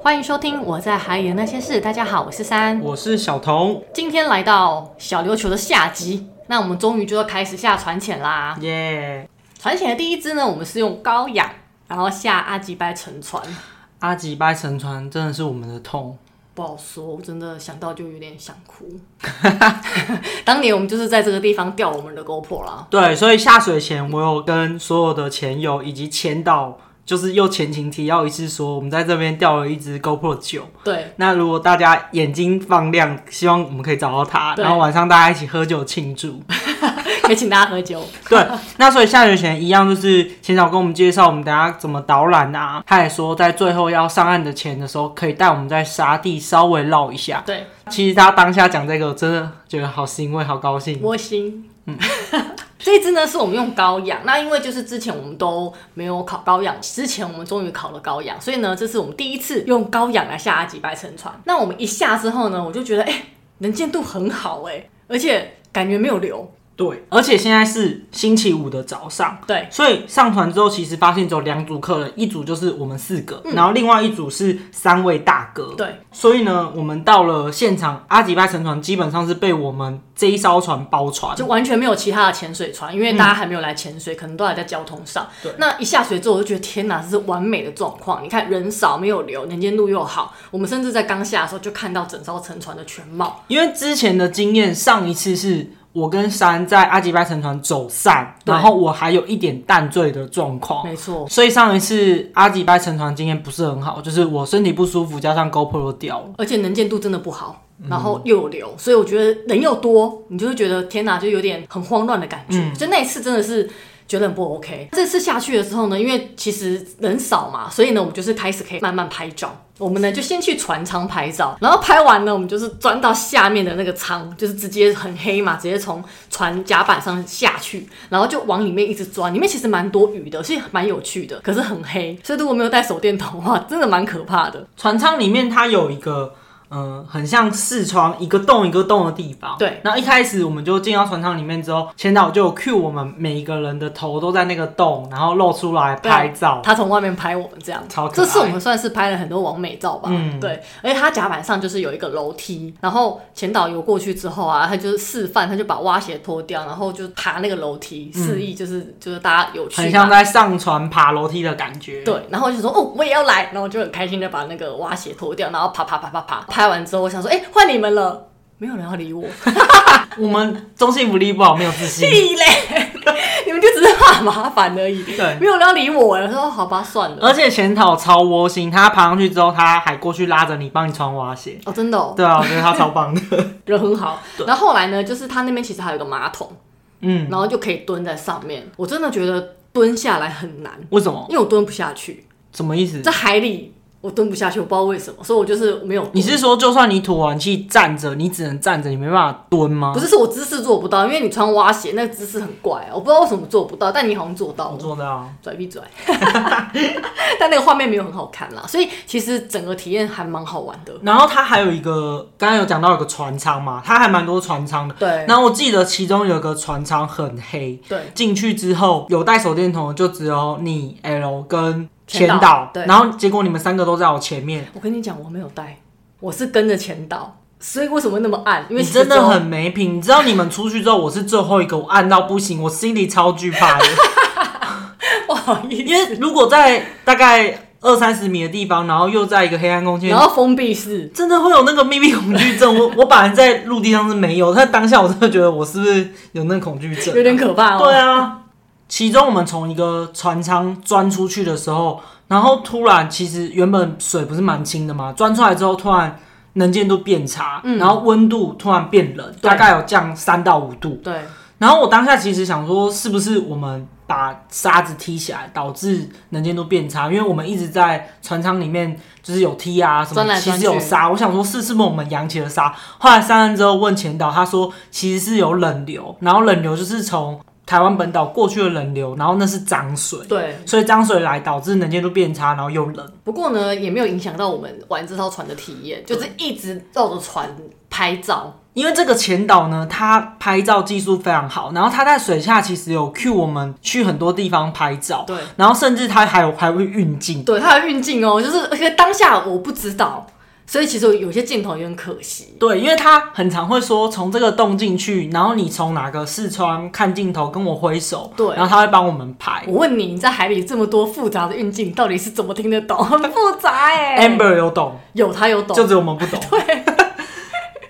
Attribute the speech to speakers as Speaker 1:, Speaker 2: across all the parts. Speaker 1: 欢迎收听《我在海里的那些事》。大家好，我是三，
Speaker 2: 我是小童，
Speaker 1: 今天来到小琉球的下集，那我们终于就要开始下船潜啦。
Speaker 2: 耶、
Speaker 1: 船潜的第一支呢，我们是用高氧，然后下阿吉拜沉船。
Speaker 2: 阿吉拜沉船真的是我们的痛，
Speaker 1: 不好说，我真的想到就有点想 哭。当年我们就是在这个地方掉我们的 GoPro 啦。
Speaker 2: 对，所以下水前我有跟所有的前友以及前导，就是又前情提要一次说，我们在这边钓了一只 GoPro 九。
Speaker 1: 对，
Speaker 2: 那如果大家眼睛放亮，希望我们可以找到它，
Speaker 1: 对
Speaker 2: 然后晚上大家一起喝酒庆祝。
Speaker 1: 可以请大家喝酒。
Speaker 2: 对， 那所以下水前一样就是前导跟我们介绍我们等下怎么导览啊，他也说在最后要上岸的前的时候，可以带我们在沙地稍微绕一下。
Speaker 1: 对，
Speaker 2: 其实他当下讲这个，我真的觉得好欣慰，好高兴。
Speaker 1: 窝 心。这一支呢是我们用高氧，那因为就是之前我们都没有考高氧，之前我们终于考了高氧，所以呢这是我们第一次用高氧来下阿吉白沉船。那我们一下之后呢，我就觉得哎、能见度很好哎、而且感觉没有流。
Speaker 2: 对，而且现在是星期五的早上，
Speaker 1: 对
Speaker 2: 所以上船之后，其实发现只有两组客人，一组就是我们四个，然后另外一组是三位大哥。
Speaker 1: 嗯对，
Speaker 2: 所以呢，我们到了现场，阿吉拜沉船基本上是被我们这一艘船包船。
Speaker 1: 就完全没有其他的潜水船，因为大家还没有来潜水，可能都还在交通上。那一下水之后，我就觉得天哪，这是完美的状况。你看人少没有流，能见度又好，我们甚至在刚下的时候就看到整艘沉船的全貌。
Speaker 2: 因为之前的经验，上一次是我跟山在阿吉拜沉船走散，
Speaker 1: 对
Speaker 2: 然后我还有一点淡醉的状况。
Speaker 1: 没错，
Speaker 2: 所以上一次阿吉拜沉船经验不是很好，就是我身体不舒服，加上 GoPro 掉了。
Speaker 1: 而且能见度真的不好，然后又有流，所以我觉得人又多，你就会觉得天哪，就有点很慌乱的感觉。就那一次真的是。觉得很不 OK。这次下去的时候呢，因为其实人少嘛，所以呢，我们就是开始可以慢慢拍照。我们呢就先去船舱拍照，然后拍完呢，我们就是钻到下面的那个舱，就是直接很黑嘛，直接从船甲板上下去，然后就往里面一直钻。里面其实蛮多鱼的，所以蛮有趣的，可是很黑，所以如果没有带手电筒的话，真的蛮可怕的。
Speaker 2: 船舱里面它有一个。嗯，很像视窗，一个洞一个洞的地方。
Speaker 1: 对。
Speaker 2: 然后一开始我们就进到船舱里面之后，前导就有 cue 我们每一个人的头都在那个洞，然后露出来拍照。
Speaker 1: 他从外面拍我们这样，
Speaker 2: 超可
Speaker 1: 这
Speaker 2: 爱
Speaker 1: 次我们算是拍了很多完美照吧。
Speaker 2: 嗯
Speaker 1: 对，而且他甲板上就是有一个楼梯，然后前导游过去之后啊，他就是示范，他就把蛙鞋脱掉，然后就爬那个楼梯，示意就是、就是大家有趣嘛。
Speaker 2: 嗯很像在上船爬楼梯的感觉。
Speaker 1: 对，然后我就说哦，我也要来，然后我就很开心的把那个蛙鞋脱掉，然后啪啪啪啪啪，拍完之后我想说，哎、换你们了，没有人要 理我，
Speaker 2: 我们中性福利不好，没有自信。
Speaker 1: 屁嘞， 你们就只是怕麻烦而已，
Speaker 2: 对
Speaker 1: 没有人要理我，我说哦好吧，算了，
Speaker 2: 而且前导超窝心，他爬上去之后，他还过去拉着你帮你穿蛙鞋。
Speaker 1: 哦，真的、哦，
Speaker 2: 对啊，我觉得他超棒的。
Speaker 1: 人很好。然后后来呢，就是他那边其实还有一个马桶，
Speaker 2: 嗯，
Speaker 1: 然后就可以蹲在上面。我真的觉得蹲下来很难，
Speaker 2: 为什么？
Speaker 1: 因为我蹲不下去，
Speaker 2: 什么意思？
Speaker 1: 在海里我蹲不下去，我不知道为什么，所以我就是没有蹲。
Speaker 2: 你是说，就算你吐完气站着，你只能站着，你没办法蹲吗
Speaker 1: 不？是是我姿势做不到？因为你穿蛙鞋，那个姿势很怪、啊我不知道为什么做不到，但你好像做到啊
Speaker 2: 我
Speaker 1: 了。
Speaker 2: 做到。
Speaker 1: 拽闭拽， 但那个画面没有很好看啦，所以其实整个体验还蛮好玩的。
Speaker 2: 然后它还有一个，刚刚有讲到有个船舱嘛，它还蛮多船舱的。
Speaker 1: 对
Speaker 2: 然后我记得其中有个船舱很黑，
Speaker 1: 对，
Speaker 2: 进去之后有带手电筒的就只有你 L 跟
Speaker 1: 前
Speaker 2: 前
Speaker 1: 导
Speaker 2: 导，
Speaker 1: 对
Speaker 2: 然后结果你们三个都在我前面，
Speaker 1: 我跟你讲，我没有带，我是跟着前导，所以为什么会那么暗？因为
Speaker 2: 你
Speaker 1: 其实
Speaker 2: 真的
Speaker 1: 只有
Speaker 2: 很没品。你知道你们出去之后，我是最后一个，我按到不行，我心里超惧 怕的。
Speaker 1: 不好意思。
Speaker 2: 因为如果在大概二三十米的地方，然后又在一个黑暗空间
Speaker 1: 然，后封闭式，
Speaker 2: 真的会有那个秘密恐惧症。我我 本来在陆地上是没有，但当下我真的觉得我是不是有那个恐惧症？啊
Speaker 1: 有点可怕哦。
Speaker 2: 对啊。其中我们从一个船舱钻出去的时候，然后突然其实原本水不是蛮清的嘛，钻出来之后突然能见度变差，然后温度突然变冷，
Speaker 1: 嗯对
Speaker 2: 大概有降三到五度。
Speaker 1: 对
Speaker 2: 然后我当下其实想说，是不是我们把沙子踢起来，导致能见度变差？因为我们一直在船舱里面，就是有踢啊什
Speaker 1: 钻来
Speaker 2: 么，
Speaker 1: 钻去
Speaker 2: 其实有沙。我想说，是是不是我们扬起了沙？后来上岸之后问前导，他说其实是有冷流，然后冷流就是从台湾本岛过去的冷流，然后那是涨水，
Speaker 1: 对。
Speaker 2: 所以涨水来导致能见度变差，然后又冷。
Speaker 1: 不过呢，也没有影响到我们玩这艘船的体验，就是一直绕着船拍照。
Speaker 2: 因为这个前导呢，他拍照技术非常好，然后他在水下其实有 cue 我们去很多地方拍照，
Speaker 1: 对，
Speaker 2: 然后甚至他还有还会运镜，
Speaker 1: 对，它的运镜哦，就是而且当下我不知道，所以其实有些镜头有点可惜。
Speaker 2: 对，因为他很常会说从这个洞进去，然后你从哪个视窗看镜头跟我挥手，
Speaker 1: 对
Speaker 2: 然后他会帮我们拍。
Speaker 1: 我问你，你在海里这么多复杂的运镜，到底是怎么听得懂？ 很复杂哎、
Speaker 2: Amber 有懂，
Speaker 1: 有他有懂，
Speaker 2: 就只有我们不懂。对，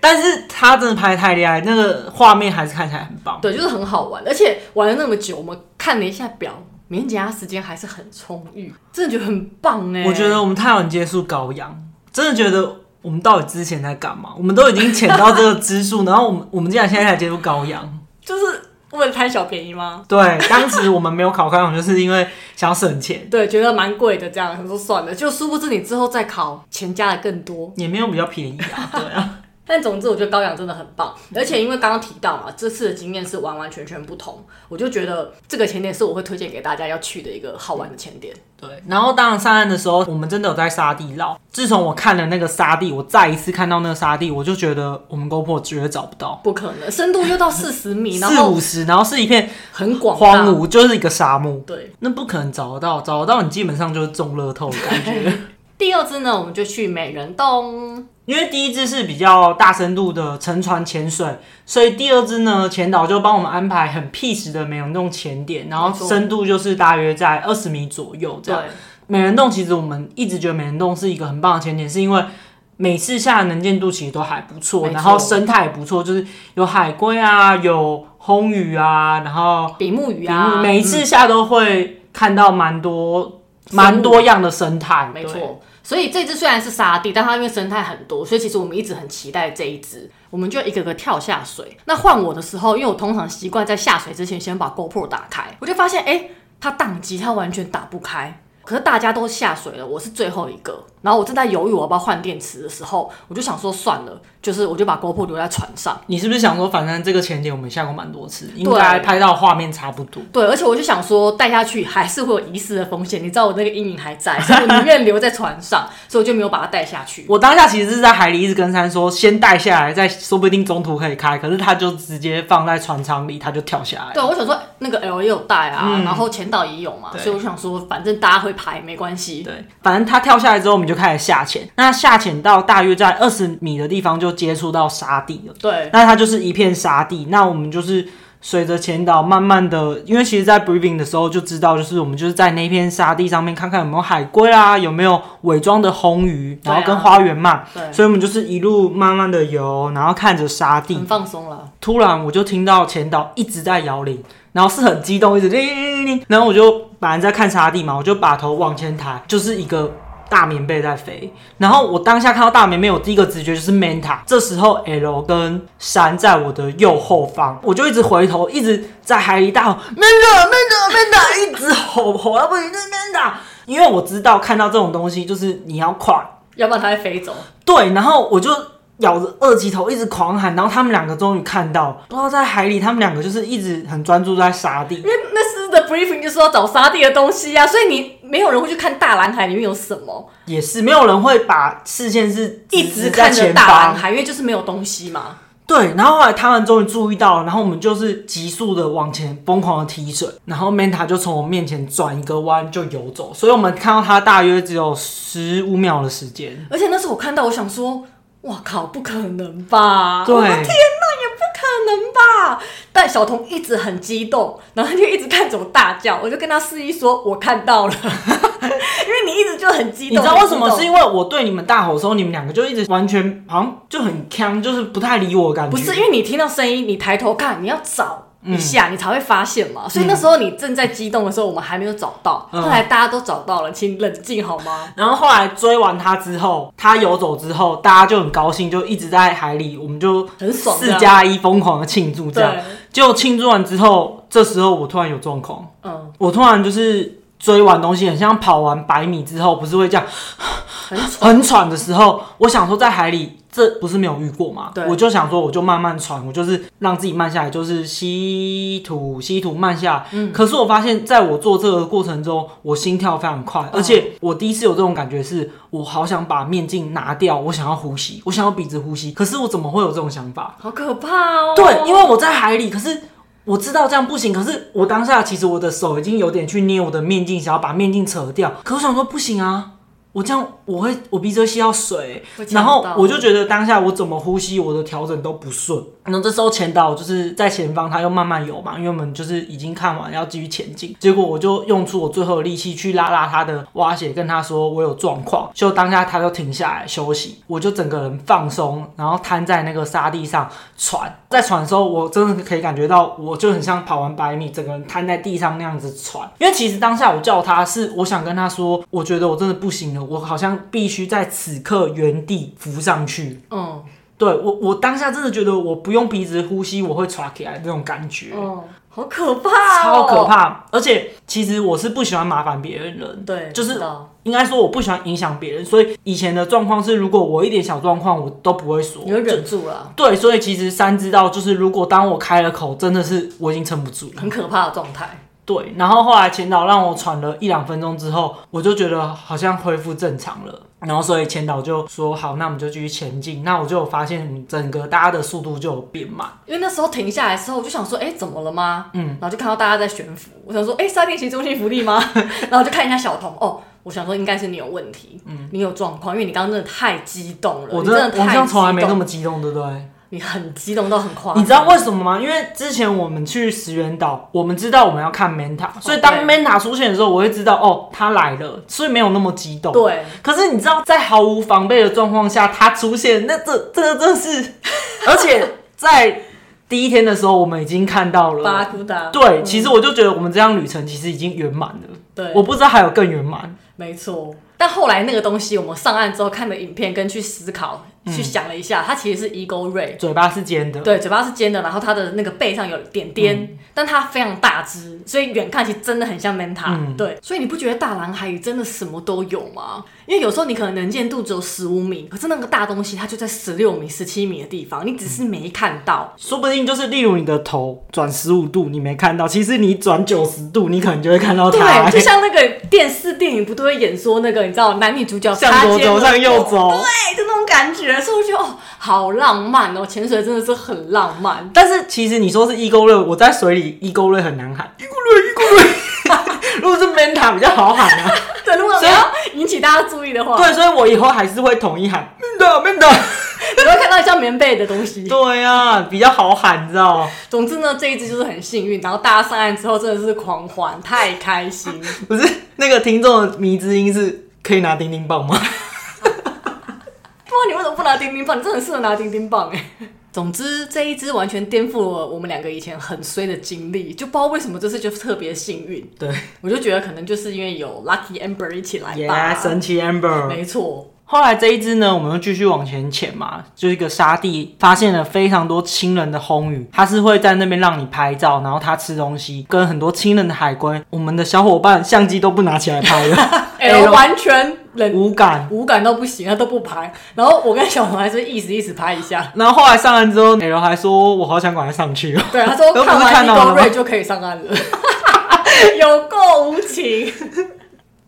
Speaker 2: 但是他真的拍得太厉害，那个画面还是看起来很棒。
Speaker 1: 对，就是很好玩，而且玩了那么久，我们看了一下表，明天其他时间还是很充裕，真的觉得很棒哎、
Speaker 2: 我觉得我们太晚接触高阳，真的觉得我们到底之前在干嘛？我们都已经潜到这个支数， 然后我们我们竟然现在才接触高阳。
Speaker 1: 就是为了贪小便宜吗？
Speaker 2: 对，当时我们没有考高阳，就是因为想要省钱，
Speaker 1: 对，觉得蛮贵的，这样想说算了，就殊不知你之后再考，钱加的更多。
Speaker 2: 也没有比较便宜啊。对啊，
Speaker 1: 但总之，我觉得高阳真的很棒，而且因为刚刚提到嘛，这次的经验是完完全全不同，我就觉得这个潜点是我会推荐给大家要去的一个好玩的潜点。
Speaker 2: 对。然后当然上岸的时候，我们真的有在沙地绕。自从我看了那个沙地，我再一次看到那个沙地，我就觉得我们 GoPro 绝对找不到
Speaker 1: 不可能，深度又到四十米，然
Speaker 2: 四
Speaker 1: 后
Speaker 2: 五十，然后是一片
Speaker 1: 很广
Speaker 2: 荒
Speaker 1: 大，
Speaker 2: 芜，就是一个沙漠。
Speaker 1: 对。
Speaker 2: 那不可能找得到，找得到你基本上就是中乐透的感觉。
Speaker 1: 第二支呢，我们就去美人洞。
Speaker 2: 因为第一支是比较大深度的沉船潜水，所以第二支呢，前导就帮我们安排很 peace 的美人洞潜点，然
Speaker 1: 没错
Speaker 2: 后深度就是大约在二十米左右
Speaker 1: 对
Speaker 2: 这样。，美人洞其实我们一直觉得美人洞是一个很棒的潜点，是因为每次下的能见度其实都还不
Speaker 1: 没
Speaker 2: 错，
Speaker 1: 错
Speaker 2: 然后生态也不错，就是有海龟啊，有红鱼啊，然后
Speaker 1: 比目鱼啊，
Speaker 2: 每一次下都会看到蛮多
Speaker 1: 生物
Speaker 2: 蛮多样的嗯生态，
Speaker 1: 没
Speaker 2: 对。
Speaker 1: 错。所以这只虽然是沙地，但它因为生态很多，所以其实我们一直很期待这一只。我们就一个个跳下水。那换我的时候，因为我通常习惯在下水之前先把 GoPro 打开，我就发现哎、诶它宕机，它完全打不开。可是大家都下水了，我是最后一个。然后我正在犹豫我要不要换电池的时候，我就想说算了，就是我就把 GoPro 留在船上。
Speaker 2: 你是不是想说，反正这个前点我们下过蛮多次，应
Speaker 1: 对
Speaker 2: 该拍到画面差不多？
Speaker 1: 对，而且我就想说，带下去还是会有遗失的风险。你知道我那个阴影还在，所以我宁愿留在船上，所以我就没有把它带下去。
Speaker 2: 我当下其实是在海里一直跟珊说，先带下来，再说不定中途可以开。可是他就直接放在船舱里，他就跳下来。
Speaker 1: 对，我想说那个 L 也有带啊，然后前导也有嘛，
Speaker 2: 嗯对
Speaker 1: 所以我就想说，反正大家会拍没关系。
Speaker 2: 对，反正他跳下来之后，我们就开始下潜。那下潜到大约在二十米的地方就接触到沙地了。
Speaker 1: 对，
Speaker 2: 那它就是一片沙地。那我们就是随着前导慢慢的，因为其实，在 briefing 的时候就知道，就是我们就是在那片沙地上面看看有没有海龟啊，有没有伪装的红鱼，
Speaker 1: 对啊
Speaker 2: 然后跟花园鳗。
Speaker 1: 对
Speaker 2: 所以我们就是一路慢慢的游，然后看着沙地
Speaker 1: 很。放松了。
Speaker 2: 突然我就听到前导一直在摇铃，然后是很激动，一直铃铃铃铃。然后我就本来在看沙地嘛，我就把头往前抬，就是一个大棉被在飞。然后我当下看到大棉被，我第一个直觉就是 Manta。这时候 L 跟山在我的右后方，我就一直回头，一直在海里大吼 Manta Manta Manta，一直吼吼到不行，就是 Manta。因为我知道看到这种东西，就是你要快，
Speaker 1: 要不然它会飞走。
Speaker 2: 对，然后我就咬着二级头一直狂喊，然后他们两个终于看到，不知道在海里，他们两个就是一直很专注在沙地
Speaker 1: 因。为那次的 briefing 就说要找沙地的东西啊，所以你没有人会去看大蓝海里面有什么，
Speaker 2: 也是没有人会把视线是
Speaker 1: 一直
Speaker 2: 在
Speaker 1: 看着
Speaker 2: 前
Speaker 1: 大蓝
Speaker 2: 方。
Speaker 1: 海，因为就是没有东西嘛。
Speaker 2: 对，然后后来他们终于注意到了，然后我们就是急速的往前疯狂的踢水，然后 Manta 就从我面前转一个弯就游走，所以我们看到它大约只有十五秒的时间。
Speaker 1: 而且那时候我看到，我想说，哇靠，不可能吧？
Speaker 2: 对
Speaker 1: 哦我的天哪，也不可能吧？但小童一直很激动，然后他就一直看着我大叫，我就跟他示意说，我看到 了，因为你一直就很激
Speaker 2: 你
Speaker 1: 动，
Speaker 2: 知道为什么？
Speaker 1: 很
Speaker 2: 是
Speaker 1: 激动
Speaker 2: 因为我对你们大吼的时候，你们两个就一直完全好像就很呛，就是不太理我的感觉。
Speaker 1: 不是因为你听到声音，你抬头看，你要找。一下
Speaker 2: 嗯
Speaker 1: 你才会发现嘛，所以那时候你正在激动的时候，我们还没有找到，
Speaker 2: 嗯
Speaker 1: 后来大家都找到了，请冷静好吗？
Speaker 2: 然后后来追完他之后，他游走之后，大家就很高兴，就一直在海里，我们就
Speaker 1: 很爽这
Speaker 2: 四
Speaker 1: 样
Speaker 2: 加一疯狂的庆祝这样
Speaker 1: 对。
Speaker 2: 结果庆祝完之后，这时候我突然有状况，
Speaker 1: 嗯，
Speaker 2: 我突然就是追完东西，很像跑完百米之后，不是会这样
Speaker 1: 很
Speaker 2: 很喘的时候，我想说在海里这不是没有遇过嘛
Speaker 1: 对？
Speaker 2: 我就想说，我就慢慢喘，我就是让自己慢下来，就是吸吐吸吐慢下来。嗯，可是我发现，在我做这个过程中，我心跳非常
Speaker 1: 嗯
Speaker 2: 快，而且我第一次有这种感觉是，我好想把面镜拿掉，我想要呼吸，我想要鼻子呼吸。可是我怎么会有这种想法？
Speaker 1: 好可怕哦！
Speaker 2: 对，因为我在海里，可是我知道这样不行。可是我当下其实我的手已经有点去捏我的面镜，想要把面镜扯掉。可我想说不行啊，我这样我会我鼻子会吸到水
Speaker 1: 会，呛
Speaker 2: 然后
Speaker 1: 到
Speaker 2: 我就觉得当下我怎么呼吸，我的调整都不顺。然后这时候前导就是在前方，他又慢慢游嘛，因为我们就是已经看完要继续前进。结果我就用出我最后的力气去拉拉他的蛙鞋，跟他说我有状况。就当下他就停下来休息，我就整个人放松，然后瘫在那个沙地上喘。在喘的时候，我真的可以感觉到，我就很像跑完百米，整个人瘫在地上那样子喘。因为其实当下我叫他是我想跟他说，我觉得我真的不行了，我好像必须在此刻原地浮上去。
Speaker 1: 嗯
Speaker 2: 对我，我当下真的觉得我不用鼻子呼吸，我会喘起来那种感觉，
Speaker 1: 嗯，好可怕、
Speaker 2: 超
Speaker 1: 哦，
Speaker 2: 可。怕。而且其实我是不喜欢麻烦别人的人，
Speaker 1: 对，
Speaker 2: 就是
Speaker 1: 知道
Speaker 2: 应该说我不喜欢影响别人，所以以前的状况是，如果我一点小状况我都不会说，
Speaker 1: 你会
Speaker 2: 就
Speaker 1: 忍住了，
Speaker 2: 对，所以其实三知道就是，如果当我开了口，真的是我已经撑不住了。
Speaker 1: 很可怕的状态。
Speaker 2: 对，然后后来前导让我喘了一两分钟之后，我就觉得好像恢复正常了。然后所以前导就说好，那我们就继续前进。那我就有发现整个大家的速度就有变慢。
Speaker 1: 因为那时候停下来的时候，我就想说，哎、怎么了吗？嗯，然后就看到大家在悬浮，我想说，哎、沙地其中心浮力吗？ 然后就看一下小童，哦，我想说应该是你有问题，嗯，你有状况，因为你刚刚真的太激动了，
Speaker 2: 我
Speaker 1: 哦你
Speaker 2: 真
Speaker 1: 真
Speaker 2: 的，我好
Speaker 1: 太
Speaker 2: 像从来
Speaker 1: 激
Speaker 2: 没那
Speaker 1: 动
Speaker 2: 么激动，对不对？
Speaker 1: 你很激动到很夸张，
Speaker 2: 你知道为什么吗？因为之前我们去石原岛，我们知道我们要看 Manta，所以当
Speaker 1: 哦对
Speaker 2: Manta 出现的时候，我会知道哦，他来了，所以没有那么激动。
Speaker 1: 对，
Speaker 2: 可是你知道，在毫无防备的状况下，他出现，那这这 这是，而且在第一天的时候，我们已经看到
Speaker 1: 巴
Speaker 2: 了。
Speaker 1: 库达，
Speaker 2: 对，
Speaker 1: 嗯
Speaker 2: 其实我就觉得我们这趟旅程其实已经圆满了。
Speaker 1: 对，
Speaker 2: 我不知道还有更圆满。
Speaker 1: 没错。但后来那个东西，我们上岸之后看的影片，跟去思考、
Speaker 2: 嗯
Speaker 1: 去想了一下，它其实是 ego ray，
Speaker 2: 嘴巴是 尖的，
Speaker 1: 对，嘴巴是尖的，然后它的那个背上有点点，
Speaker 2: 嗯
Speaker 1: 但它非常大只，所以远看其实真的很像 manta、对，
Speaker 2: 嗯
Speaker 1: 所以你不觉得大蓝海真的什么都有吗？因为有时候你可能能见度只有十五米，可是那个大东西它就在十六米、十七米的地方，你只是没看到。
Speaker 2: 说不定就是例如你的头转十五度，你没看到，其实你转九十度，你可能就会看到它、
Speaker 1: 对，就像那个电视电影不都会演说那个，你知道男女主角
Speaker 2: 向
Speaker 1: 擦
Speaker 2: 左
Speaker 1: 肩
Speaker 2: 走
Speaker 1: 而
Speaker 2: 向右走
Speaker 1: 对，就那种感觉，所以我觉得哦，好浪漫哦，潜水真的是很浪 漫。
Speaker 2: 但是其实你说是 ego 类，我在水里 ego 类很难喊 ego 类 ego 类， 如果是 manta 比较好喊啊。
Speaker 1: 对，如果你
Speaker 2: 所以
Speaker 1: 要引起大家注意的话，
Speaker 2: 对，所以我以后还是会统一喊 manta manta。
Speaker 1: 你会看到像棉被的东西。
Speaker 2: 对啊，比较好喊，你知道？
Speaker 1: 总之呢，这一只就是很幸运，然后大家上岸之后真的是狂欢，太开心。
Speaker 2: 不是那个听众的迷之音是可以拿叮叮棒吗？
Speaker 1: 不然你为什么不拿叮叮棒？你真的很适合拿叮叮棒哎。 总之，这一只完全颠覆了我们两个以前很衰的经历，就不知道为什么这次就特别幸运。
Speaker 2: 对
Speaker 1: 我就觉得可能就是因为有 Lucky Amber 一起来
Speaker 2: 耶
Speaker 1: 吧。
Speaker 2: 神奇 amber。
Speaker 1: 没错，
Speaker 2: 啊后来这一支呢，我们又继续往前潜嘛，就是一个沙地，发现了非常多亲人的红鱼，它是会在那边让你拍照，然后它吃东西，跟很多亲人的海龟，我们的小伙伴相机都不拿起来拍了，
Speaker 1: 哎、
Speaker 2: L
Speaker 1: 完全冷
Speaker 2: 无 感。
Speaker 1: 无感到不行，他都不拍。然后我跟小红还是意思意思拍一下。
Speaker 2: 然后后来上岸之后，L 还说：“我好想赶快上去哦。
Speaker 1: 对，他说
Speaker 2: 都不是
Speaker 1: 看完
Speaker 2: 看
Speaker 1: 一
Speaker 2: 到了
Speaker 1: 勾
Speaker 2: 吗
Speaker 1: 瑞就可以上岸了， 有够无情。”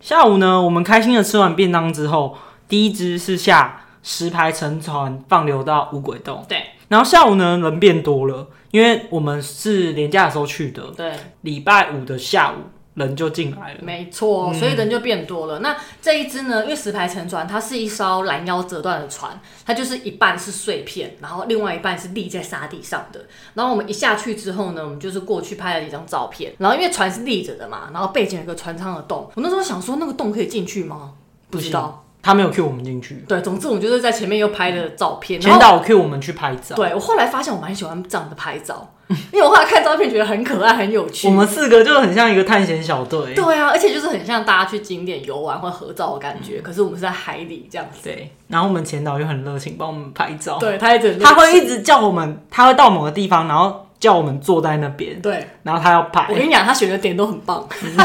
Speaker 2: 下午呢，我们开心的吃完便当之后，第一支是下石牌沉船放流到五鬼洞，
Speaker 1: 对
Speaker 2: 然后下午呢人变多了，因为我们是连假的时候去的，
Speaker 1: 对，
Speaker 2: 礼拜五的下午人就进来了。
Speaker 1: 没错，所以人就变多了。那这一只呢，因为石牌沉船，它是一艘拦腰折断的船，它就是一半是碎片，然后另外一半是立在沙地上的。然后我们一下去之后呢，我们就是过去拍了几张照片。然后因为船是立着的嘛，然后背景有一个船舱的洞，我那时候想说那个洞可以进去吗？不知道。
Speaker 2: 他没有 cue 我们进去，
Speaker 1: 对，总之我们就是在前面又拍了照片，然
Speaker 2: 前
Speaker 1: 后
Speaker 2: 导 cue 我们去拍照。
Speaker 1: 对我后来发现我蛮喜欢这样的拍照，因为我后来看照片觉得很可爱、很有趣。
Speaker 2: 我们四个就很像一个探险小队。
Speaker 1: 对啊，而且就是很像大家去景点游玩或合照的感觉，可是我们是在海里这样子。
Speaker 2: 对，然后我们前导又很热情，帮我们拍照。
Speaker 1: 哦对，他一直
Speaker 2: 他会一直叫我们，他会到某个地方，然后叫我们坐在那边，
Speaker 1: 对，
Speaker 2: 然后他要
Speaker 1: 我跟
Speaker 2: 拍，
Speaker 1: 你讲，他选的点都很棒，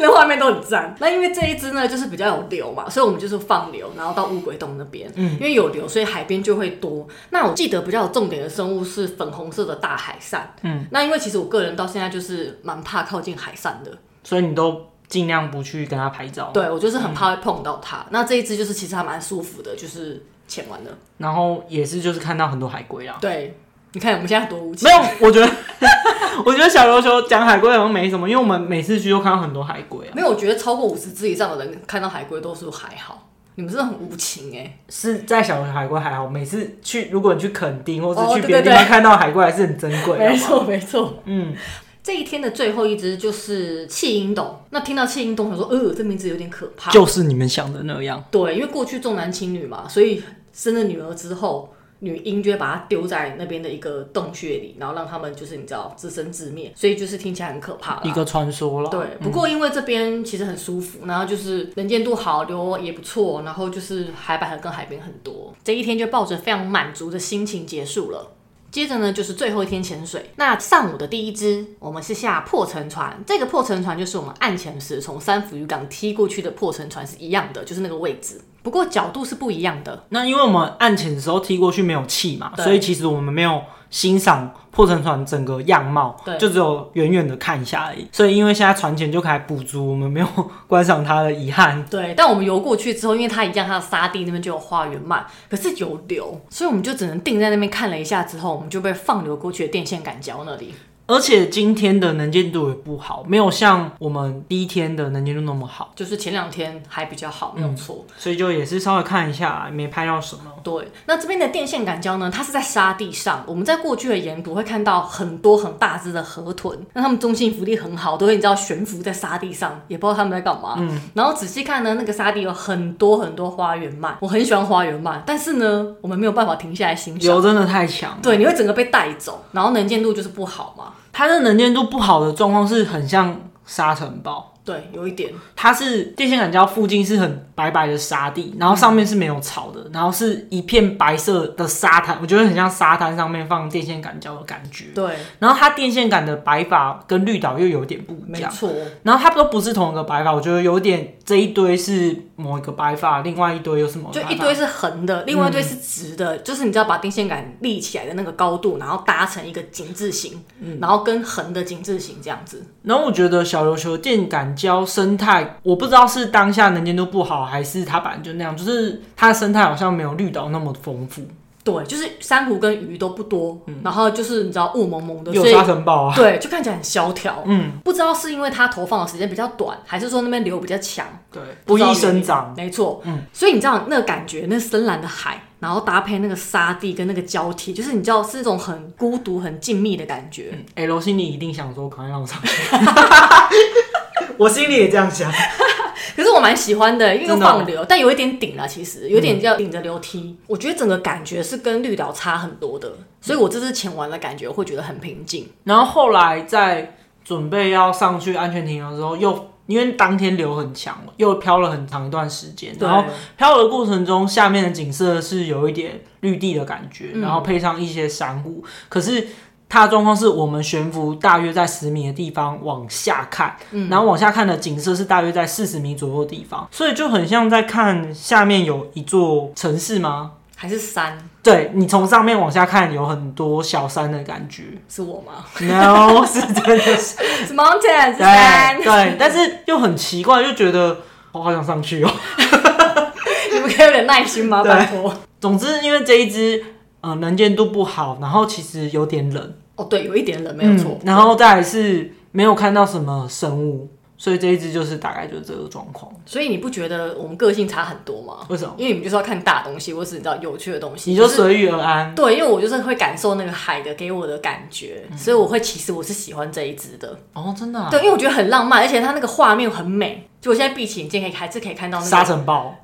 Speaker 1: 那画面都很赞。那因为这一支呢，就是比较有流嘛，所以我们就是放流，然后到乌鬼洞那边，因为有流，所以海边就会多。那我记得比较有重点的生物是粉红色的大海扇，嗯，那因为其实我个人到现在就是蛮怕靠近海扇的，
Speaker 2: 所以你都尽量不去跟他拍照。
Speaker 1: 对我就是很怕会碰到它。那这一支就是其实还蛮舒服的，就是潜完了。
Speaker 2: 然后也是就是看到很多海龟啦，
Speaker 1: 对，你看我们现在多无情
Speaker 2: 没，有，我觉得 我觉得小琉球讲海龟好像没什么，因为我们每次去都看到很多海龟啊，
Speaker 1: 没有，我觉得超过五十只以上的人看到海龟都是还好，你们真的很无情哎、
Speaker 2: 是在小琉球海龟还好，每次去如果你去垦丁或
Speaker 1: 哦
Speaker 2: 是去
Speaker 1: 对
Speaker 2: 别的
Speaker 1: 对
Speaker 2: 地方看到海龟还是很珍贵的，
Speaker 1: 没
Speaker 2: 好不好
Speaker 1: 错，没错。
Speaker 2: 嗯，
Speaker 1: 这一天的最后一只就是弃婴斗。那听到弃婴斗，想说，呃，这名字有点可怕。
Speaker 2: 就是你们想的那样。
Speaker 1: 对，因为过去重男轻女嘛，所以生了女儿之后，女婴就会把她丢在那边的一个洞穴里，然后让他们就是你知道自生自灭，所以就是听起来很可怕啦
Speaker 2: 一个传说了。
Speaker 1: 对，不过因为这边其实很舒服，然后就是能见度好，流也不错，然后就是海拔跟海边很多。这一天就抱着非常满足的心情结束了。接着呢，就是最后一天潜水。那上午的第一支，我们是下破沉船。这个破沉船就是我们岸潜时从三福渔港踢过去的破沉船是一样的，就是那个位置，不过角度是不一样的。
Speaker 2: 那因为我们岸潜的时候踢过去没有气嘛，
Speaker 1: 对
Speaker 2: 所以其实我们没有欣赏破沉船整个样貌
Speaker 1: 对，
Speaker 2: 就只有远远的看一下而已。所以因为现在船前就开始补足我们没有观赏它的遗憾。
Speaker 1: 对，但我们游过去之后，因为它一样，它的沙地那边就有花园漫，可是有流，所以我们就只能定在那边看了一下之后，我们就被放流过去的电线杆礁那里。
Speaker 2: 而且今天的能见度也不好，没有像我们第一天的能见度那么好，
Speaker 1: 就是前两天还比较好，没有错。
Speaker 2: 所以就也是稍微看一下，没拍到什么。
Speaker 1: 对，那这边的电线杆礁呢，它是在沙地上。我们在过去的沿途会看到很多很大只的河豚，那它们中性浮力很好，都会你知道悬浮在沙地上，也不知道它们在干嘛。嗯，然后仔细看呢，那个沙地有很多很多花园鳗，我很喜欢花园鳗，但是呢，我们没有办法停下来欣赏。
Speaker 2: 流真的太强了，
Speaker 1: 对，你会整个被带走，然后能见度就是不好嘛。
Speaker 2: 它的能见度不好的状况是很像沙尘暴。
Speaker 1: 对，有一点。
Speaker 2: 它是电线杆礁附近是很白白的沙地，然后上面是没有草的，然后是一片白色的沙滩，我觉得很像沙滩上面放电线杆礁的感觉。
Speaker 1: 对，
Speaker 2: 然后它电线杆的摆法跟绿岛又有点不一
Speaker 1: 没
Speaker 2: 样，
Speaker 1: 错。
Speaker 2: 然后它都不是同一个摆法，我觉得有点这一堆是某一个摆法，另外一堆又是某
Speaker 1: 就
Speaker 2: 个摆法
Speaker 1: 一堆是横的，另外一堆是直的，
Speaker 2: 嗯
Speaker 1: 就是你知道把电线杆立起来的那个高度，然后搭成一个井字形，
Speaker 2: 嗯
Speaker 1: 然后跟横的井字形这样子。
Speaker 2: 然后我觉得小琉球电感礁生态，我不知道是当下能见度不好，还是它本来就那样，就是它的生态好像没有绿岛那么丰富，
Speaker 1: 对，就是珊瑚跟鱼都不多，然后就是你知道雾蒙蒙的，
Speaker 2: 嗯有
Speaker 1: 所以
Speaker 2: 沙尘暴啊。
Speaker 1: 对，就看起来很萧条。嗯，不知道是因为它投放的时间比较短，还是说那边流比较强，
Speaker 2: 对，不易生长。
Speaker 1: 没错，嗯，所以你知道那个感觉，那深蓝的海，然后搭配那个沙地跟那个交替，就是你知道是那种很孤独、很静谧的感觉。
Speaker 2: 哎，楼心里一定想说，赶快让我上去。 我心里也这样想。
Speaker 1: 可是我蛮喜欢的，因为又
Speaker 2: 真的哦嗯
Speaker 1: 放流，但有一点顶了，其实有点要顶着流梯。我觉得整个感觉是跟绿岛差很多的，所以我这次潜完的感觉会觉得很平静。
Speaker 2: 然后后来在准备要上去安全艇的时候，又因为当天流很强，又漂了很长一段时间。然后漂的过程中，下面的景色是有一点绿地的感觉，
Speaker 1: 嗯
Speaker 2: 然后配上一些珊瑚。可是它的状况是我们悬浮大约在十米的地方往下看，然后往下看的景色是大约在四十米左右的地方，所以就很像在看下面有一座城市吗？
Speaker 1: 还是山
Speaker 2: 对你从上面往下看，有很多小山的感觉。
Speaker 1: 是我 吗？
Speaker 2: No，是真的是
Speaker 1: 是 mountain 是山
Speaker 2: 对，对，但是又很奇怪，就觉得我、好想上去哦。
Speaker 1: 你们可以有点耐心吗？
Speaker 2: 对
Speaker 1: 拜托。
Speaker 2: 总之，因为这一只呃能见度不好，然后其实有点冷，
Speaker 1: 哦，对，有一点冷，没有错。
Speaker 2: 嗯然后再来是没有看到什么生物，所以这一只就是大概就是这个状况。
Speaker 1: 所以你不觉得我们个性差很多吗？
Speaker 2: 为什么？
Speaker 1: 因为你们就是要看大东西，或是你知道有趣的东西。
Speaker 2: 你就是随遇而安。
Speaker 1: 对，因为我就是会感受那个海的给我的感觉，所以我会其实我是喜欢这一支的。
Speaker 2: 哦，真的、嗯啊？
Speaker 1: 对，因为我觉得很浪漫，而且它那个画面很美。就我现在闭起眼睛，可以还是可以看到
Speaker 2: 沙
Speaker 1: 那个，
Speaker 2: 尘暴，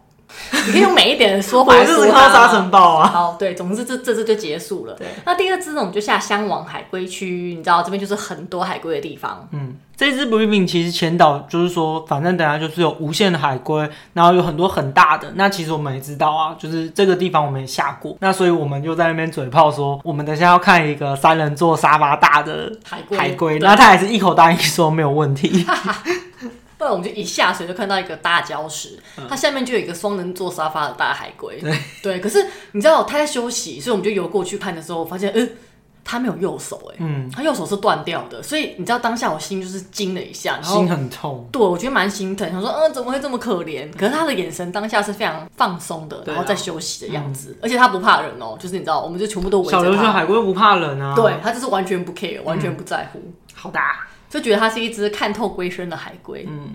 Speaker 1: 你可以用美一点的说
Speaker 2: 我
Speaker 1: 法
Speaker 2: 还
Speaker 1: 来
Speaker 2: 是
Speaker 1: 说
Speaker 2: 看
Speaker 1: 它
Speaker 2: 到
Speaker 1: 嘛
Speaker 2: 沙尘暴啊。
Speaker 1: 好，对，总之这这次就结束了。
Speaker 2: 对，
Speaker 1: 那第二支呢，我们就下香王海龟区，你知道这边就是很多海龟的地方。
Speaker 2: 嗯，这支 briefing 其实前导就是说，反正等下就是有无限的海龟，然后有很多很大的。那其实我们也知道啊，就是这个地方我们也下过，那所以我们就在那边嘴炮说，我们等下要看一个三人座沙发大的
Speaker 1: 海龟，
Speaker 2: 海龟。
Speaker 1: 对
Speaker 2: 那他也是一口答应说没有问题。
Speaker 1: 不然我们就一下水就看到一个大礁石，
Speaker 2: 嗯
Speaker 1: 它下面就有一个双人座沙发的大海龟。对可是你知道它在休息，所以我们就游过去看的时候，我发现，嗯、它没有右手、哎，
Speaker 2: 嗯，
Speaker 1: 它右手是断掉的，所以你知道当下我心就是惊了一下，然后
Speaker 2: 心很痛。
Speaker 1: 对我觉得蛮心疼，想说，嗯、怎么会这么可怜？可是他的眼神当下是非常放松的，
Speaker 2: 对啊嗯
Speaker 1: 然后在休息的样子，而且他不怕人哦、就是你知道，我们就全部都围
Speaker 2: 小
Speaker 1: 着
Speaker 2: 琉球
Speaker 1: 他，
Speaker 2: 海龟不怕冷啊。
Speaker 1: 对，他就是完全不 care，完全不在乎。
Speaker 2: 好大。
Speaker 1: 就觉得它是一只看透龟身的海龟。嗯，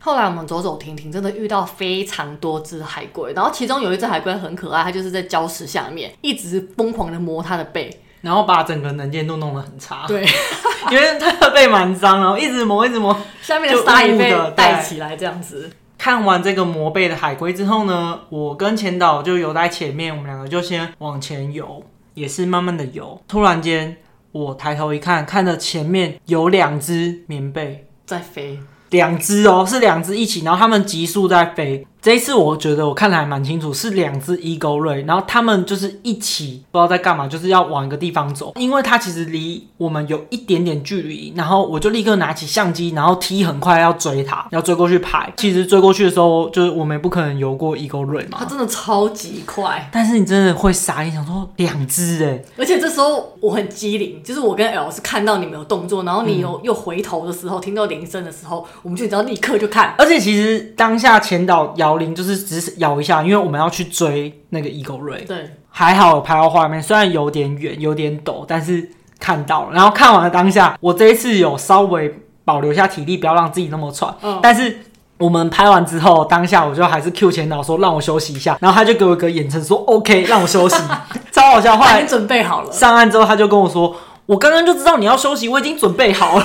Speaker 1: 后来我们走走停停，真的遇到非常多只海龟，然后其中有一只海龟很可爱，它就是在礁石下面一直疯狂的摸它的背，
Speaker 2: 然后把整个能见度弄得很差，
Speaker 1: 对，
Speaker 2: 因为它的背蛮脏，然后一直磨，一直磨。
Speaker 1: 下面的沙也被
Speaker 2: 就误的
Speaker 1: 带起来这样子。
Speaker 2: 看完这个磨背的海龟之后呢，我跟前导就游在前面，我们两个就先往前游，也是慢慢的游。突然间，我抬头一看，看着前面有两只棉被，
Speaker 1: 在飞，
Speaker 2: 两只哦，是两只一起，然后它们急速在飞。这一次我觉得我看的还蛮清楚，是两只 eagle ray，然后它们就是一起不知道在干嘛，就是要往一个地方走，因为它其实离我们有一点点距离，然后我就立刻拿起相机，然后踢很快要追它，要追过去拍。其实追过去的时候，就是我们也不可能游过 eagle ray
Speaker 1: 它
Speaker 2: 嘛，
Speaker 1: 真的超级快，
Speaker 2: 但是你真的会傻眼，想说两只哎、
Speaker 1: 而且这时候我很机灵，就是我跟 L 是看到你们有动作，然后你
Speaker 2: 嗯
Speaker 1: 有又回头的时候，听到铃声的时候，我们就你知道立刻就看，
Speaker 2: 而且其实当下前导摇铃就是只是摇一下，因为我们要去追那个 eagle ray。
Speaker 1: 对，
Speaker 2: 还好有拍到画面，虽然有点远，有点陡，但是看到了。然后看完了当下，我这一次有稍微保留一下体力，不要让自己那么喘。
Speaker 1: 嗯
Speaker 2: 但是我们拍完之后，当下我就还是 Q 前导说让我休息一下，然后他就给我一个眼神说 OK，让我休息， 超好笑。后
Speaker 1: 他已
Speaker 2: 来
Speaker 1: 经准备好 了，
Speaker 2: 上岸之后，他就跟我说。我刚刚就知道你要休息，我已经准备好了。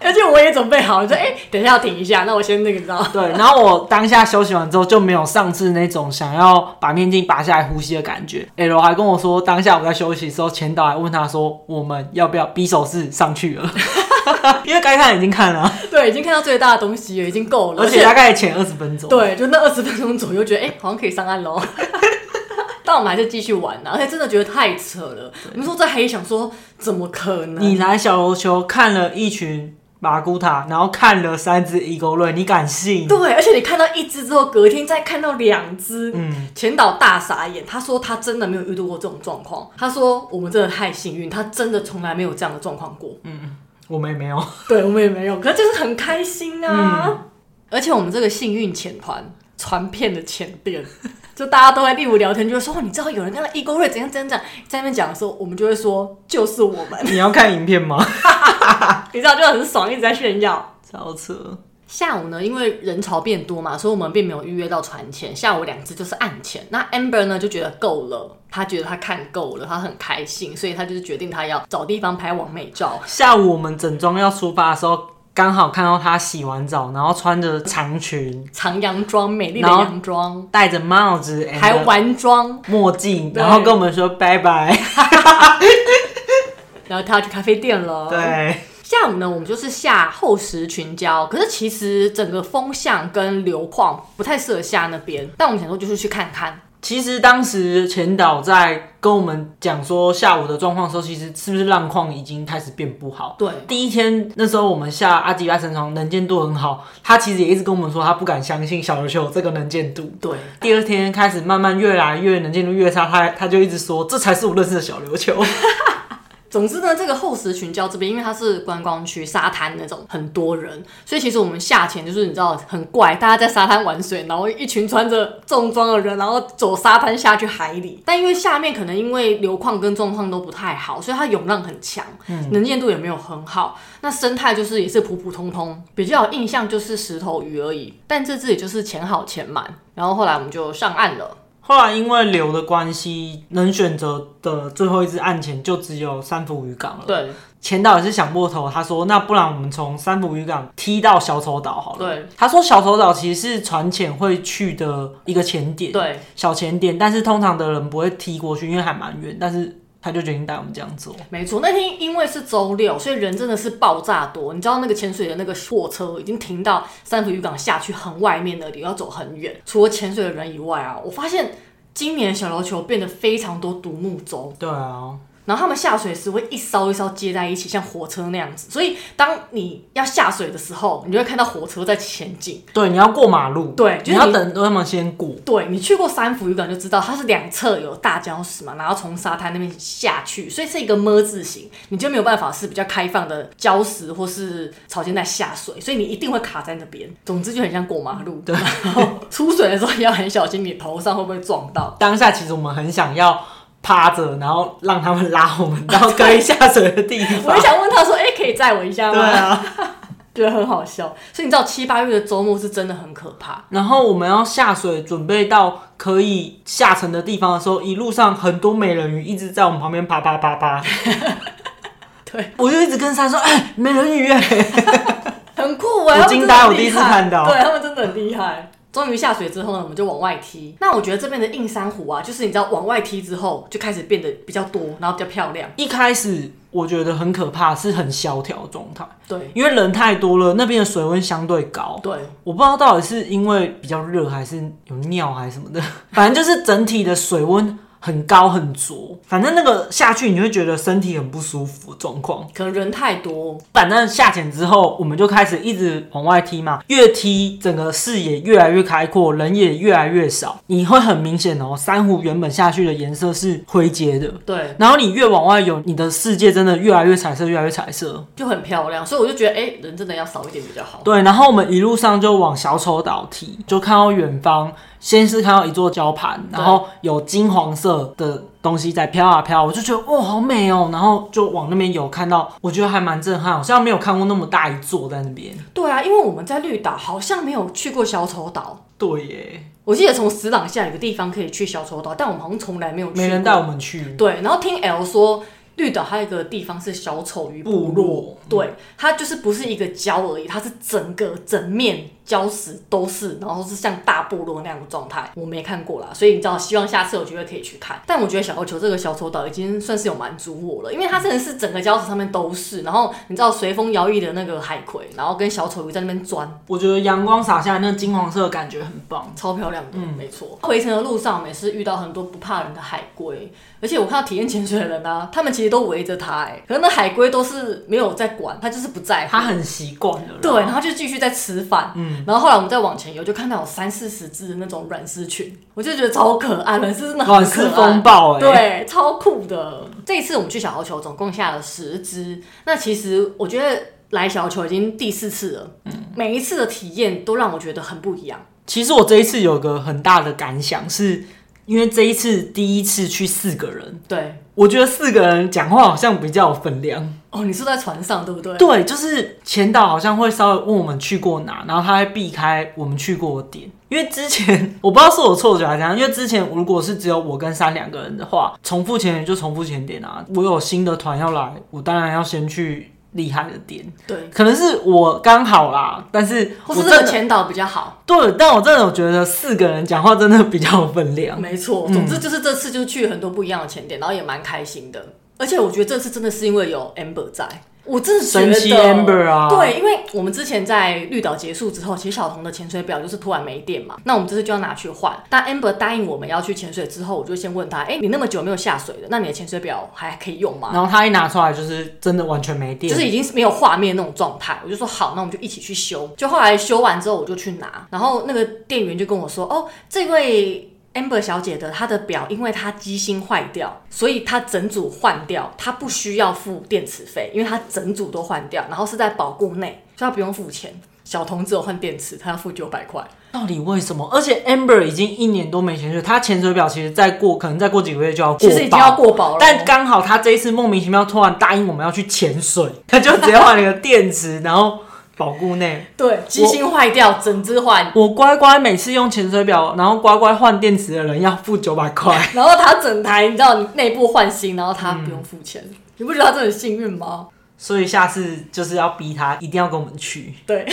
Speaker 1: 而且我也准备好了，就哎、等一下要停一下，那我先那个，你知道吗。
Speaker 2: 对，然后我当下休息完之后就没有上次那种想要把面镜拔下来呼吸的感觉。L 还跟我说，当下我在休息的时候，前导还问他说，我们要不要匕首式上去了？ 因为该看已经看了，
Speaker 1: 对，已经看到最大的东西了，已经够了，
Speaker 2: 而且大概前二十分钟。
Speaker 1: 对，就那二十分钟左右，觉得哎、诶好像可以上岸喽。 但我们还是继续玩啊呢、而且真的觉得太扯了。我们说在黑想说，怎么可能？
Speaker 2: 你来小琉球看了一群马古塔，然后看了三只伊沟瑞，你敢信？
Speaker 1: 对，而且你看到一只之后，隔天再看到两只，
Speaker 2: 嗯，
Speaker 1: 前导大傻眼。他说他真的没有遇到过这种状况，他说我们真的太幸运，他真的从来没有这样的状况过。
Speaker 2: 我们也没有。
Speaker 1: 对，我们也没有，可是就是很开心啊。而且我们这个幸运潜团传片的潜店，就大家都在例如聊天，就会说哦，你知道有人跟他一勾瑞怎样怎样怎样，在那边讲的时候，我们就会说就是我们，
Speaker 2: 你要看影片吗？
Speaker 1: 你知道就很爽，一直在炫耀。
Speaker 2: 超扯。
Speaker 1: 下午呢，因为人潮变多嘛，所以我们并没有预约到船前。下午两只就是岸前。那 Amber 呢就觉得够了，她觉得她看够了，她很开心，所以她就是决定她要找地方拍完美照。
Speaker 2: 下午我们整装要出发的时候，刚好看到她洗完澡，然后穿着长裙，
Speaker 1: 长洋装，美丽的
Speaker 2: 然后
Speaker 1: 洋装，
Speaker 2: 戴着帽子，
Speaker 1: 还玩装，
Speaker 2: 墨镜，
Speaker 1: 对
Speaker 2: 然后跟我们说拜拜。
Speaker 1: 然后他要去咖啡店了。，
Speaker 2: 对，
Speaker 1: 下午呢，我们就是下厚石群礁，可是其实整个风向跟流况不太适合下那边，但我们想说就是去看看。
Speaker 2: 其实当时前导在跟我们讲说下午的状况的时候，其实是不是浪况已经开始变不好？
Speaker 1: 对，
Speaker 2: 第一天那时候我们下阿吉拉神床能见度很好，他其实也一直跟我们说他不敢相信小琉球有这个能见度。
Speaker 1: 对，
Speaker 2: 第二天开始慢慢越来越能见度越差，他他就一直说这才是我认识的小琉球。
Speaker 1: 总之呢，这个厚石群礁这边，因为它是观光区，沙滩那种很多人，所以其实我们下潜就是你知道很怪，大家在沙滩玩水，然后一群穿着重装的人，然后走沙滩下去海里。 但因为下面可能因为流况跟状况都不太好，所以它涌浪很强，能见度也没有很好，那生态就是也是普普通通。比较有印象就是石头鱼而已，但这次也就是潜好潜满，然后后来我们就上岸了。
Speaker 2: 后来因为流的关系，能选择的最后一支岸前就只有三福渔港了。
Speaker 1: 对
Speaker 2: 前导也是想破头，他说：“那不然我们从三浦渔港踢到小丑岛好了。”
Speaker 1: 对
Speaker 2: 他说：“小丑岛其实是船潜会去的一个潜点，
Speaker 1: 对，
Speaker 2: 小潜点，但是通常的人不会踢过去，因为还蛮远，但是他就决定带我们这样做。
Speaker 1: 没错，那天因为是周六，所以人真的是爆炸多。你知道那个潜水的那个货车已经停到三福渔港下去很外面那里，要走很远。除了潜水的人以外啊，我发现今年小琉球变得非常多独木舟。
Speaker 2: 对啊，
Speaker 1: 然后他们下水时会一艘一艘接在一起，像火车那样子。所以当你要下水的时候，你就会看到火车在前进。
Speaker 2: 对，你要过马路，
Speaker 1: 对就是
Speaker 2: 你要
Speaker 1: 你
Speaker 2: 等他们先过。
Speaker 1: 对你去过三福渔港就知道，它是两侧有大礁石嘛，然后从沙滩那边下去，所以是一个么字形，你就没有办法是比较开放的礁石或是草间带下水，所以你一定会卡在那边。总之就很像过马路，对。然后出水的时候也要很小心，你头上会不会撞 到？
Speaker 2: 当下其实我们很想要趴着，然后让他们拉我们到可以下水的地
Speaker 1: 我
Speaker 2: 方
Speaker 1: 也。想问他说：“哎、可以载我一下
Speaker 2: 对
Speaker 1: 吗？”
Speaker 2: 啊，
Speaker 1: 觉得很好笑。所以你知道七八月的周末是真的很可怕。
Speaker 2: 然后我们要下水，准备到可以下沉的地方的时候，一路上很多美人鱼一直在我们旁边啪啪啪啪。
Speaker 1: 对，
Speaker 2: 我就一直跟珊说：“哎、美人鱼、 哎，
Speaker 1: 很酷哎、欸！
Speaker 2: 我
Speaker 1: 他们
Speaker 2: 惊
Speaker 1: 真的
Speaker 2: 呆
Speaker 1: 很
Speaker 2: 我第一次
Speaker 1: 厉害
Speaker 2: 看到
Speaker 1: 对他们真的很厉害。终于下水之后呢，我们就往外踢。那我觉得这边的映山湖啊，就是你知道往外踢之后，就开始变得比较多，然后比较漂亮。
Speaker 2: 一开始我觉得很可怕，是很萧条的状态，
Speaker 1: 对
Speaker 2: 因为人太多了，那边的水温相对高。
Speaker 1: 对，
Speaker 2: 我不知道到底是因为比较热，还是有尿，还是什么的， 反正就是整体的水温很高很浊，反正那个下去你会觉得身体很不舒服的状况。
Speaker 1: 可能人太多，
Speaker 2: 反正下潜之后，我们就开始一直往外踢嘛，越踢整个视野越来越开阔，人也越来越少，你会很明显哦，珊瑚原本下去的颜色是灰阶的。
Speaker 1: 对，
Speaker 2: 然后你越往外游，你的世界真的越来越彩色，越来越彩色。
Speaker 1: 就很漂亮。所以我就觉得，哎、人真的要少一点比较好。
Speaker 2: 对，然后我们一路上就往小丑岛踢，就看到远方，先是看到一座礁盘，
Speaker 1: 对
Speaker 2: 然后有金黄色的东西在飘啊飘，我就觉得哇、好美哦，然后就往那边游，看到我觉得还蛮震撼，好像没有看过那么大一座在那边。
Speaker 1: 对啊，因为我们在绿岛好像没有去过小丑岛。
Speaker 2: 对耶，
Speaker 1: 我记得从石朗下有个地方可以去小丑岛，但我们好像从来没有去过。
Speaker 2: 没人带我们去。
Speaker 1: 对，然后听 L 说，绿岛还有一个地方是小丑鱼部落，
Speaker 2: 部落
Speaker 1: 对，它就是不是一个礁而已，它是整个整面礁石都是，然后是像大部落那样的状态，我没看过啦，所以你知道，希望下次有机会可以去看。但我觉得小琉球这个小丑岛已经算是有满足我了，因为它真的是整个礁石上面都是，然后你知道随风摇曳的那个海葵，然后跟小丑鱼在那边钻，
Speaker 2: 我觉得阳光洒下来那金黄色的感觉很棒。
Speaker 1: 超漂亮的，
Speaker 2: 嗯
Speaker 1: 没错。回程的路上，每次遇到很多不怕人的海龟，而且我看到体验潜水的人啊，他们其实都围着它，哎，可能那海龟都是没有在管，它就是不在乎，
Speaker 2: 他很习惯了啦。
Speaker 1: 对，然后就继续在吃饭，
Speaker 2: 嗯
Speaker 1: 然后后来我们再往前游，就看到有三四十只的那种软丝群，我就觉得超可爱，软丝真的
Speaker 2: 软
Speaker 1: 很可
Speaker 2: 丝
Speaker 1: 爱，
Speaker 2: 风
Speaker 1: 欸
Speaker 2: 暴哎、
Speaker 1: 对，超酷的。这一次我们去小琉球，总共下了十只。那其实我觉得来小琉球已经第四次了，
Speaker 2: 嗯
Speaker 1: 每一次的体验都让我觉得很不一样。
Speaker 2: 其实我这一次有个很大的感想是，因为这一次第一次去四个人，
Speaker 1: 对，
Speaker 2: 我觉得四个人讲话好像比较有分量。
Speaker 1: 哦，你是在船上对不对？
Speaker 2: 对，就是前导好像会稍微问我们去过哪，然后他会避开我们去过的点。因为之前我不知道是我错觉还是怎样，因为之前如果是只有我跟三两个人的话，重复前点就重复前点啊。我有新的团要来，我当然要先去厉害的点，
Speaker 1: 对，
Speaker 2: 可能是我刚好啦，但是
Speaker 1: 或
Speaker 2: 我
Speaker 1: 是
Speaker 2: 真
Speaker 1: 这个
Speaker 2: 的
Speaker 1: 前导比较好。
Speaker 2: 对，但我真的有觉得四个人讲话真的比较有分量。
Speaker 1: 没错，总之就是这次就去很多不一样的前点，然后也蛮开心的。而且我觉得这次真的是因为有 Amber 在，我真的觉得
Speaker 2: 神奇 Amber 啊
Speaker 1: 对，因为我们之前在绿岛结束之后，其实小童的潜水表就是突然没电嘛，那我们这次就要拿去换。但 Amber 答应我们要去潜水之后，我就先问他，哎、你那么久没有下水了，那你的潜水表还可以用吗？
Speaker 2: 然后他一拿出来，就是真的完全没电，
Speaker 1: 就是已经是没有画面那种状态，我就说好，那我们就一起去修。就后来修完之后，我就去拿，然后那个店员就跟我说，哦，这位 Amber 小姐的她的表，因为她机芯坏掉，所以她整组换掉，她不需要付电池费，因为她整组都换掉，然后是在保固内，所以她不用付钱。小童只有换电池，她要付九百块。
Speaker 2: 到底为什么？而且 Amber 已经一年多没潜水，他潜水表其实再过可能再过几个月就要过
Speaker 1: 其
Speaker 2: 保，
Speaker 1: 实已经要过保了，
Speaker 2: 但刚好他这一次莫名其妙突然答应我们要去潜水， 他就直接换了一个电池，然后保固内。
Speaker 1: 对机芯坏掉，整只换，
Speaker 2: 我乖乖每次用潜水表，然后乖乖换电池的人要付九百块。
Speaker 1: 然后他整台你知道内部换新，然后他不用付钱，你不觉得他真的很幸运吗？
Speaker 2: 所以下次就是要逼他一定要跟我们去。
Speaker 1: 对，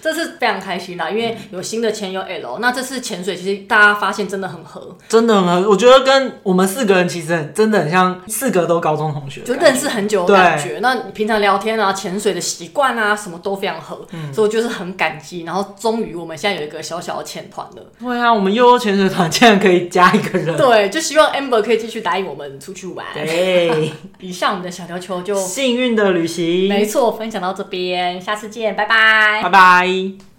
Speaker 1: 这次非常开心啦，因为有新的潜友 L，那这次潜水其实大家发现真的很合，
Speaker 2: 真的很合，我觉得跟我们四个人其实很真的很像，四个都高中同学的
Speaker 1: 就
Speaker 2: 感觉，
Speaker 1: 认识很久的感觉。那你平常聊天啊、潜水的习惯啊，什么都非常合，所以我就是很感激。然后终于我们现在有一个小小的潜团了，
Speaker 2: 对啊，我们悠悠潜水团竟然可以加一个人，
Speaker 1: 对，就希望 Amber 可以继续答应我们出去玩。
Speaker 2: 对，
Speaker 1: 以上我们的小琉球就
Speaker 2: 幸运的旅行，
Speaker 1: 没错分享到这边，下次见，拜拜
Speaker 2: 拜。拜。